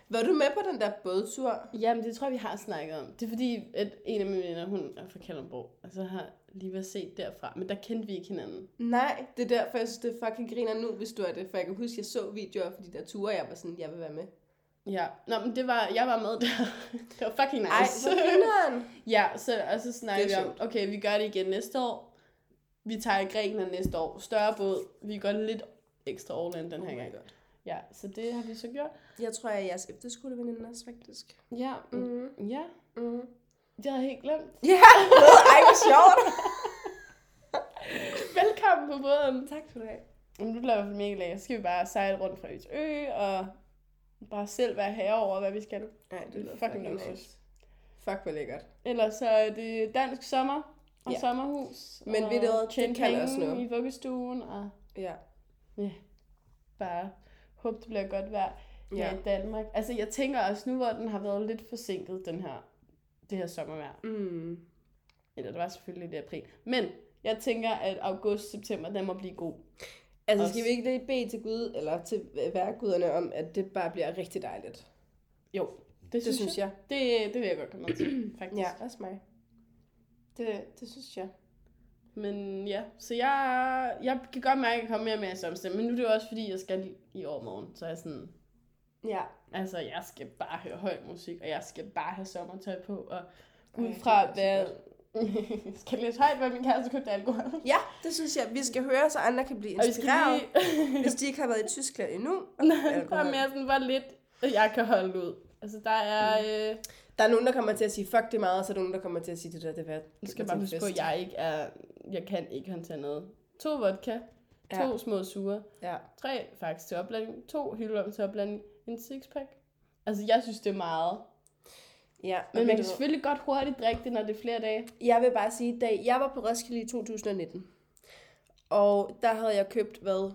Var du med på den der bådtur?
Jamen, det tror jeg, vi har snakket om. Det er fordi, at en af mine venner, hun er fra Kalundborg, og så har lige været set derfra. Men der kendte vi ikke hinanden.
Nej, det er derfor, jeg synes, det er fucking griner nu, hvis du er det. For jeg kan huske, jeg så videoer af de der ture, og jeg var sådan, jeg vil være med.
Ja, Nå, men det var, jeg var med der. det var fucking nice.
Ej, hvor grineren!
Ja, så, og så snakker
Det
vi
er
om,
sjovt.
okay, vi gør det igen næste år. Vi tager i Grækenland næste år. Større båd. Vi gør lidt ekstra overland den her gang.
Oh god.
Ja, så det har vi så gjort.
Jeg tror, jeg er jeres efterskoleveninde også, faktisk.
Ja, mm.
Mm.
ja.
Mm.
Det havde jeg helt glemt.
Ja, ej, hvor sjovt!
Velkommen på båden.
tak skal du have.
Men nu bliver jeg i hvert fald mega lækker. Så skal vi bare sejle rundt fra ø til ø, og bare selv være herre over, hvad vi skal.
Nej, det
Det
lyder
er fucking
fucking
luksus.
nice. Fuck, hvor lækkert.
Ellers så er det dansk sommer og
Ja.
ja. sommerhus.
Men
og
ved du hvad, det
tjene
kan
penge
også noget.
i vuggestuen, og
Ja.
bare håbe, det bliver godt vejr. ja. i Danmark. Altså, jeg tænker også nu, hvor den har været lidt forsinket, den her, det her sommervejr.
Mm.
Eller det var selvfølgelig lidt i april. Men jeg tænker, at august, september, den må blive god.
Altså,
Også-
skal vi ikke lige bede til Gud, eller til øh, værguderne om, at det bare bliver rigtig dejligt?
Jo, det synes,
Det synes
jeg.
jeg.
Det, det vil jeg godt komme med til, faktisk.
Ja, også mig. Det, det synes jeg.
Men ja, så jeg, jeg kan godt mærke, at jeg kommer mere og mere i sommerstemme. Men nu er det jo også, fordi jeg skal i overmorgen. Så jeg er sådan,
Ja.
altså, jeg skal bare høre høj musik, og jeg skal bare have sommertøj på. Og
Ej,
ud
det
fra,
lyder så
hvad... skal lidt højt, hvad min kæreste købte af alkohol.
Ja, det synes jeg. Vi skal høre, så andre kan blive
Og vi skal
inspireret, lige...
lige...
hvis de ikke har været i Tyskland endnu.
Nej, der
Alkohol. Mm.
er mere sådan, hvor lidt jeg kan holde ud. Altså, der er... Øh,
Der er nogen, der kommer til at sige, fuck det er meget, og så er der nogen, der kommer til at sige, det der, det var...
nu skal jeg bare huske på, at jeg ikke er... Jeg kan ikke håndtere noget. To vodka, to
Ja.
små sure,
Ja.
tre faktisk til opblanding, to hylder til opblanding, en sixpack. Altså, jeg synes, det er meget.
ja.
Men man kan
du-
selvfølgelig godt hurtigt drikke det, når det er flere dage.
Jeg vil bare sige, da jeg var på Roskilde i 2019, og der havde jeg købt hvad?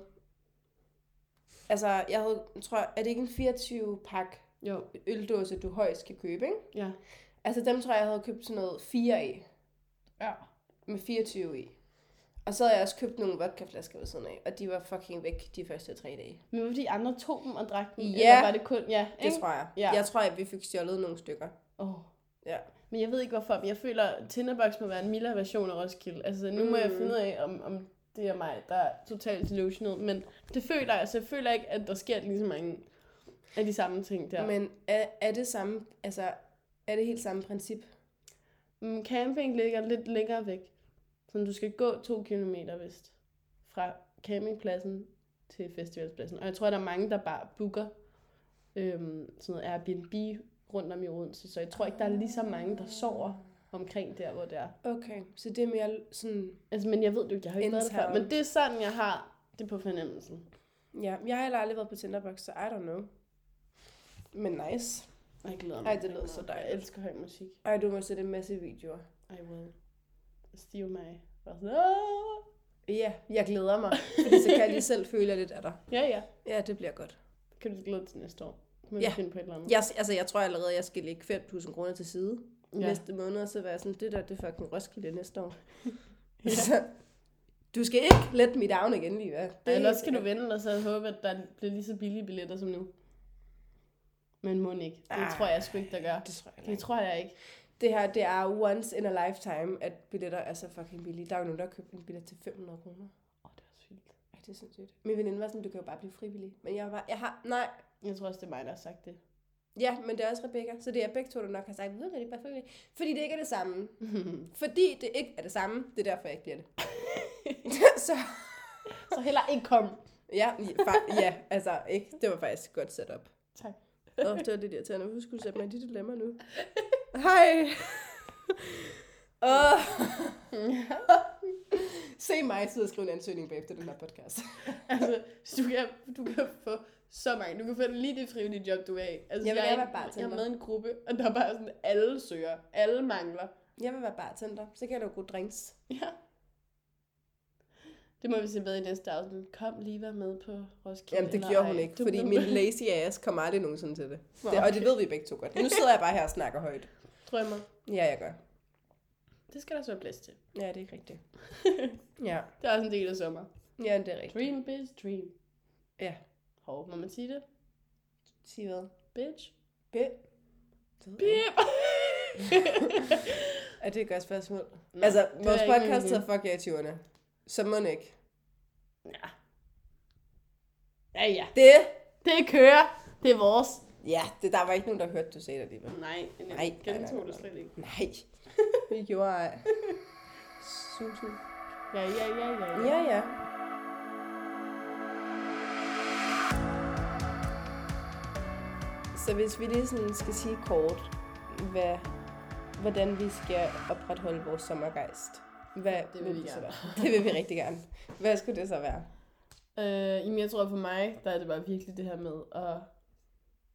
Altså, jeg havde, tror, er det ikke en 24 pakke
Jo,
øldåse, du højst kan købe, ikke?
ja.
Altså, dem tror jeg, jeg havde købt sådan noget 4 af,
Ja.
med 24 i. Og så havde jeg også købt nogle vodkaflasker ved siden af, og de var fucking væk de første tre dage.
Men var det, de andre tog dem og drak dem?
Ja.
Eller var det kun... Ja,
Det tror jeg.
Ja.
Jeg tror, at vi fik stjålet nogle stykker.
Oh.
Ja.
Men jeg ved ikke hvorfor, men jeg føler, at Tinderbox må være en mildere version af Roskilde. Altså, nu mm. må jeg
Mm.
finde ud af, om, om det er mig, der er totalt delusional. Men det føler jeg, altså jeg føler ikke, at der sker lige så mange af de samme ting der.
Ja. Men er, er det samme, altså, er det helt samme princip?
Men camping ligger lidt længere væk. Så du skal gå to kilometer vest fra campingpladsen til festivalspladsen. Og jeg tror, der er mange, der bare booker øhm, sådan noget Airbnb rundt om i Odense. Så jeg tror ikke, der er lige så mange, der sover omkring der, hvor det er.
Okay, så det er mere sådan,
Altså, men jeg ved det jo ikke, jeg har jo ikke været der før.
Internt.
Men det er sådan, jeg har det på fornemmelsen.
ja, jeg har heller aldrig været på Tinderbox, så I don't know. Men nice.
Og jeg glæder mig.
Ej, det
rigtig
lyder så
meget. Jeg
dejligt.
elsker høj musik.
Ej, du må sætte en masse videoer.
I will. Stiv mig. Bare sådan, "Åh."
Ja, jeg glæder mig, fordi så kan jeg lige selv føle, at jeg lidt er der.
Ja, ja.
Ja, det bliver godt.
Kan du glæde dig til næste år? Må
Ja.
vi finde på et eller andet?
Jeg, altså, jeg tror allerede, jeg skal lægge 5.000 kroner til side ja.
ja.
næste måned, og så være sådan, det der, det er fucking Roskilde næste år.
Ja.
ja. så, du skal ikke let me down igen, lige hvad?
Det Ellers skal du vente og så håbe, at der bliver lige så billige billetter som nu. Men må ikke. Det
Ah.
tror jeg sgu ikke, der gør.
Det tror jeg heller
Det
ikke.
tror jeg ikke.
Det her, det er once in a lifetime, at billetter er så fucking billige. Der er jo nogen, der har købt en billet til 500 kroner.
Åh, det er også vildt.
Ej, det er sindssygt. Min veninde var sådan, du kan jo bare blive frivillig. Men jeg var, jeg har, nej.
Jeg tror også, det er mig, der har sagt det.
Ja, men det er også Rebecca. Så det er begge to, der nok har sagt, ved du, det er bare frivillig. Fordi det ikke er det samme. Fordi det ikke er det samme, det er derfor, jeg ikke bliver det. så
så heller ikke kom.
ja, fa- ja, altså ikke. Det var faktisk et godt setup.
Tak.
Åh, det var lidt irriterende. Hvorfor skulle du sætte mig i de dilemmaer nu? Hej! Åh. Se mig sidde og skrive en ansøgning bagefter den her podcast.
altså, så du kan, du kan få så mange. Du kan få lige det frivillige job, du er i. Altså,
Jeg vil
er
gerne
i-
være bartender.
Jeg er med i en gruppe, og der er bare sådan, alle søger. Alle mangler.
Jeg vil være bartender, så kan jeg lave gode drinks.
Ja. Det må vi se med i næste afsnit. Kom lige være med på Roskilde.
Jamen, det
eller
gjorde
ej.
hun ikke,
Du
fordi
ved
min
det.
lazy ass kommer aldrig nogensinde til det.
Nå,
det. Og det
okay.
ved vi begge to godt. Nu sidder jeg bare her og snakker højt.
drømmer.
Ja, jeg gør.
Det skal der så være plads til.
Ja, det er ikke rigtigt. Ja.
Det er også en del af sommer.
Ja, det er rigtigt.
Dream, bitch, dream.
Ja.
Hov, må man sige det?
Sig hvad?
Bitch.
Bip.
Bip.
Er det et godt spørgsmål?
Nå,
altså,
det
vores
er ikke
podcast
min idé.
hedder Fuck jer i 20'erne. Så må den ikke.
Ja. Ja, ja.
Det?
Det kører. Det er vores.
Ja, det, der var ikke nogen, der hørte, du sagde det alligevel.
Nej, jeg
Nej, nej, nej,
gentog
nej,
det slet ikke.
Nej. Vi gjorde ej. Susu.
Ja, ja, ja, ja.
Ja, ja. Så hvis vi lige sådan skal sige kort, hvad, hvordan vi skal opretholde vores sommergejst. Hvad
Det vil vi
det så
gerne.
være? Det vil vi rigtig gerne. Hvad skulle det så være?
Øh, jamen, jeg tror for mig, der er det bare virkelig det her med at,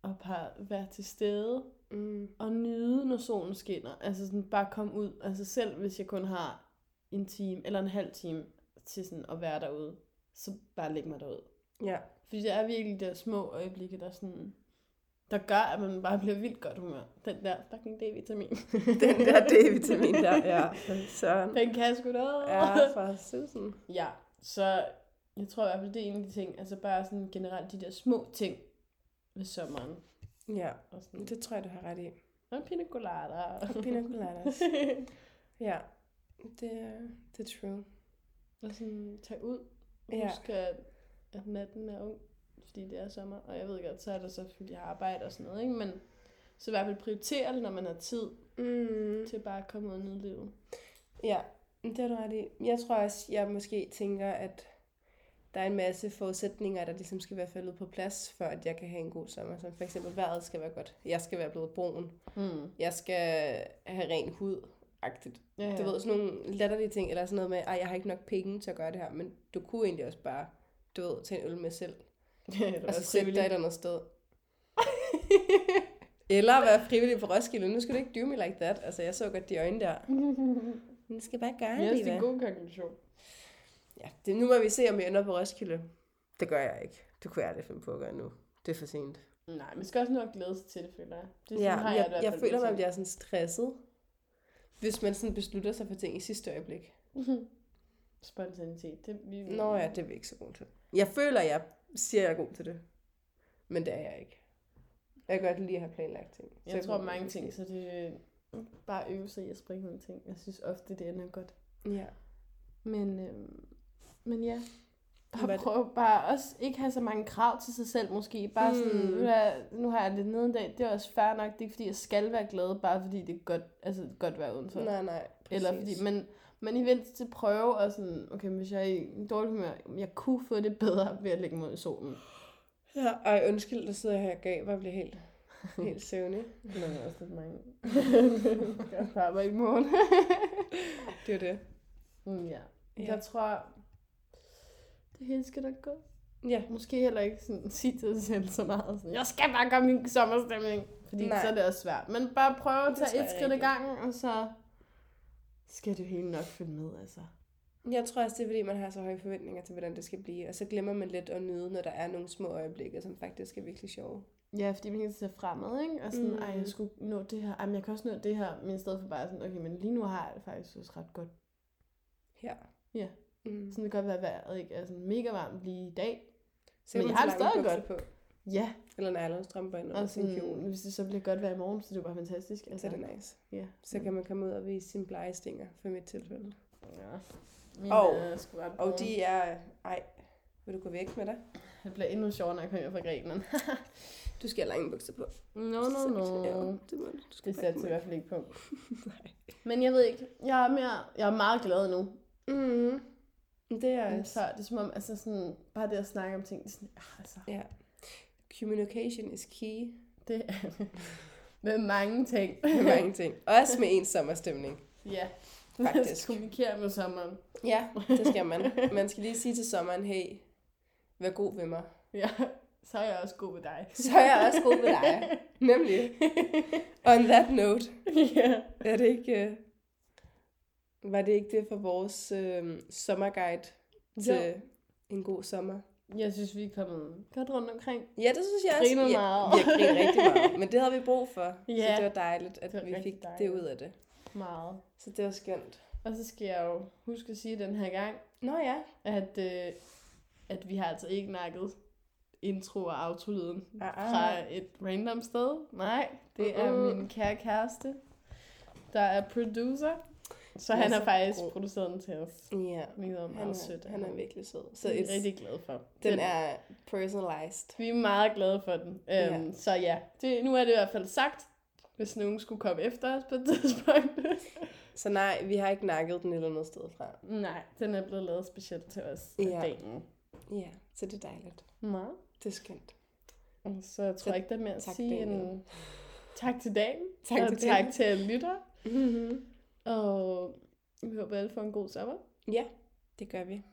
at bare være til stede
Mm.
og nyde, når solen skinner. Altså sådan bare komme ud. Altså selv hvis jeg kun har en time eller en halv time til sådan at være derude, så bare læg mig derud.
Ja.
Fordi det er virkelig de der små øjeblikke, der sådan der gør, at man bare bliver vildt godt humør. Den der fucking D-vitamin.
Den der D-vitamin der, ja. Søren.
Den kan sgu da.
Ja, fra Susan.
ja, så jeg tror i hvert fald, det er en af de ting. Altså bare sådan generelt de der små ting ved sommeren.
Ja,
Og sådan,
det tror jeg, du har ret i.
og pina colada.
Pina coladas. Ja, det, er- det er true.
og sådan tage ud.
Ja.
Ja. Husk, at, at natten er ung, fordi det er sommer. Og jeg ved godt, så er det så, fordi jeg har arbejde og sådan noget. Ikke? Men så i hvert fald prioritere det, når man har tid
Mm.
til bare at komme ud og nyde livet.
Ja, det har du ret i. Jeg tror også, jeg måske tænker, at der er en masse forudsætninger, der ligesom skal være faldet på plads, for at jeg kan have en god sommer. Som for eksempel, vejret skal være godt. Jeg skal være blevet brun.
Mm.
Jeg skal have ren hud. Agtigt.
Ja, ja.
Du ved, sådan nogle latterlige ting, eller sådan noget med, at jeg har ikke nok penge til at gøre det her, men du kunne egentlig også bare, du ved, tage en øl med selv,
ja, det
og så
altså,
sætte dig et andet sted. Eller være frivillig på Roskilde. Nu skal du ikke do me like that. Altså, jeg så godt de øjne der. Men det skal bare gøre
Ja, det er
Liva.
en god konklusion.
Ja, det, nu må vi se, om jeg ender på Roskilde. Det gør jeg ikke. Det kunne jeg aldrig finde på at gøre nu. Det er for sent.
Nej, man skal også nok glæde sig til det, føler jeg. Det er
Ja,
har det i
jeg, jeg,
hvert
jeg
fald
føler mig,
med
at jeg er sådan stresset, hvis man sådan beslutter sig for ting i sidste øjeblik.
ting. Spontanitet. Det, vi,
Nå ja, det er vi ikke så god til. Jeg føler, jeg siger, jeg er god til det. Men det er jeg ikke. Jeg kan godt lide at have planlagt ting. Så
Jeg
kan
tror
godt
mange
lide-
ting, så det er bare at øve sig i at springe nogle ting. Jeg synes ofte, det ender godt.
Ja.
øh, Men, øhm, men ja, Og
Hvad-
prøve bare også ikke have så mange krav til sig selv måske. Bare sådan,
Mm.
mm. nu, har jeg, nu har jeg lidt nede en dag. Det er også fair nok. Det er ikke fordi, jeg skal være glad, bare fordi det er godt, altså, godt vejr udenfor.
Nej, nej. Præcis.
Eller fordi, men, men i vent til prøve og sådan, okay, men hvis jeg er i en dårlig humør, jeg kunne få det bedre ved at lægge mig ud i solen.
Ja, ej, undskyld, der sidder jeg her og gaber og bliver helt, helt søvnig.
Men der er også lidt mange. jeg tager mig i morgen.
Det er det.
Mm, ja.
Ja.
ja. Jeg tror, det hele skal nok gå.
Ja,
Måske heller ikke sådan, sige til sig selv så meget. Sådan, jeg skal bare komme i min sommerstemning. Fordi
Nej.
Nej. så er det også svært. Men bare prøve at
Det tror
tage
jeg
et skridt ad
rigtigt.
gangen, og så skal det hele nok følge med, altså.
jeg tror også, det er fordi, man har så høje forventninger til, hvordan det skal blive. Og så glemmer man lidt at nyde, når der er nogle små øjeblikke, som faktisk er virkelig sjove.
Ja, fordi man kan se fremad, ikke? Og sådan,
Mm.
mm. ej, jeg skulle nå det her. Ej, men jeg kan også nå det her. Men i stedet for bare sådan, okay, men lige nu har jeg det faktisk også ret godt.
Her.
Ja.
Mm.
Sådan det kan godt være, at vejret ikke er sådan mega varmt lige i dag.
Så kan
Men
man
jeg har
tage
det
lange
stadig
bukser På,
Ja,
eller nylonstrømper ind under
og
sin kjole.
sådan, hvis det så bliver godt vejr i morgen, så det er jo bare fantastisk. altså.
Så er det nice.
Ja.
Så kan man komme ud og vise sine blegestinger, for mit tilfælde.
Ja. Min,
Og-
og, øh, skulle ret
Og
brune.
de er... Ej, vil du gå væk med dig?
Det bliver endnu sjovere, når jeg kommer hjem fra Grækenland.
Du skal have lange bukser på.
no,
Så-
no,
Ja,
no.
det må du. du. skal
Det
bare
satte
gå
jeg i hvert
med.
fald ikke på. Men jeg ved ikke, jeg er, mere, jeg er meget glad nu.
Mhm. Det er
Yes.
også...
Så det er som om, altså sådan, bare det at snakke om ting, det er sådan, ah, altså,
Ja. Communication is key.
det er det. Med mange ting.
Med mange ting. Også med ens sommerstemning.
ja,
Faktisk.
faktisk. kommunikere med sommeren.
Ja, det skal man. Man skal lige sige til sommeren, hey, vær god ved mig.
Ja, så er jeg også god ved dig.
Så er jeg også god ved dig. Nemlig. On that note,
ja.
er det ikke... øh, Var det ikke det for vores øh, sommerguide til en god sommer?
Jeg synes, vi er kommet godt rundt omkring.
Ja, det synes jeg også.
Grinede
Ja,
meget.
Vi har grinet rigtig meget, men det havde vi brug for. Så
Ja.
det var dejligt, at
Det var
vi
rigtig
fik det
dejligt.
ud af det.
Meget.
Så det var skønt.
Og så skal jeg jo huske at sige den her gang,
Nå ja.
at, øh, at vi har altså ikke nakket intro- og outro-lyden
Ah, ah. Uh-huh.
fra et random sted. Nej, det er
Mm-mm.
min kære kæreste, der er producer. Så
Ja,
han
så
har faktisk
god.
produceret den til os.
Ja.
Hvilket er
Han
meget sødt.
er,
af
han er
ham.
virkelig sød. Så
Det er vi
it's-
rigtig glade for.
den er personalized.
Vi er meget glade for den. Øhm,
Ja.
Så ja, det, nu er det i hvert fald sagt, hvis nogen skulle komme efter os på et tidspunkt.
Så nej, vi har ikke nakket den et eller andet sted fra.
Nej, den er blevet lavet specielt til os
Ja.
ja. dagen.
Ja, så det er dejligt.
Meget.
Det er skønt.
Og Så jeg tror
Så
jeg ikke, der er mere at
tak,
sige
Daniel.
end tak til dagen.
Tak
og
til
tak
dagen.
til alle lytter.
Mm-hmm.
Og vi håber, alle får en god sommer.
Ja, det gør vi.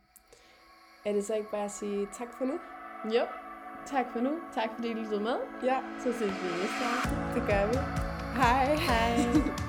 Er det så ikke bare at sige tak for nu?
Jo, tak for nu. Tak fordi I lyttede med.
Ja,
Så ses vi i næste gang.
det gør vi. Hej.
Hej.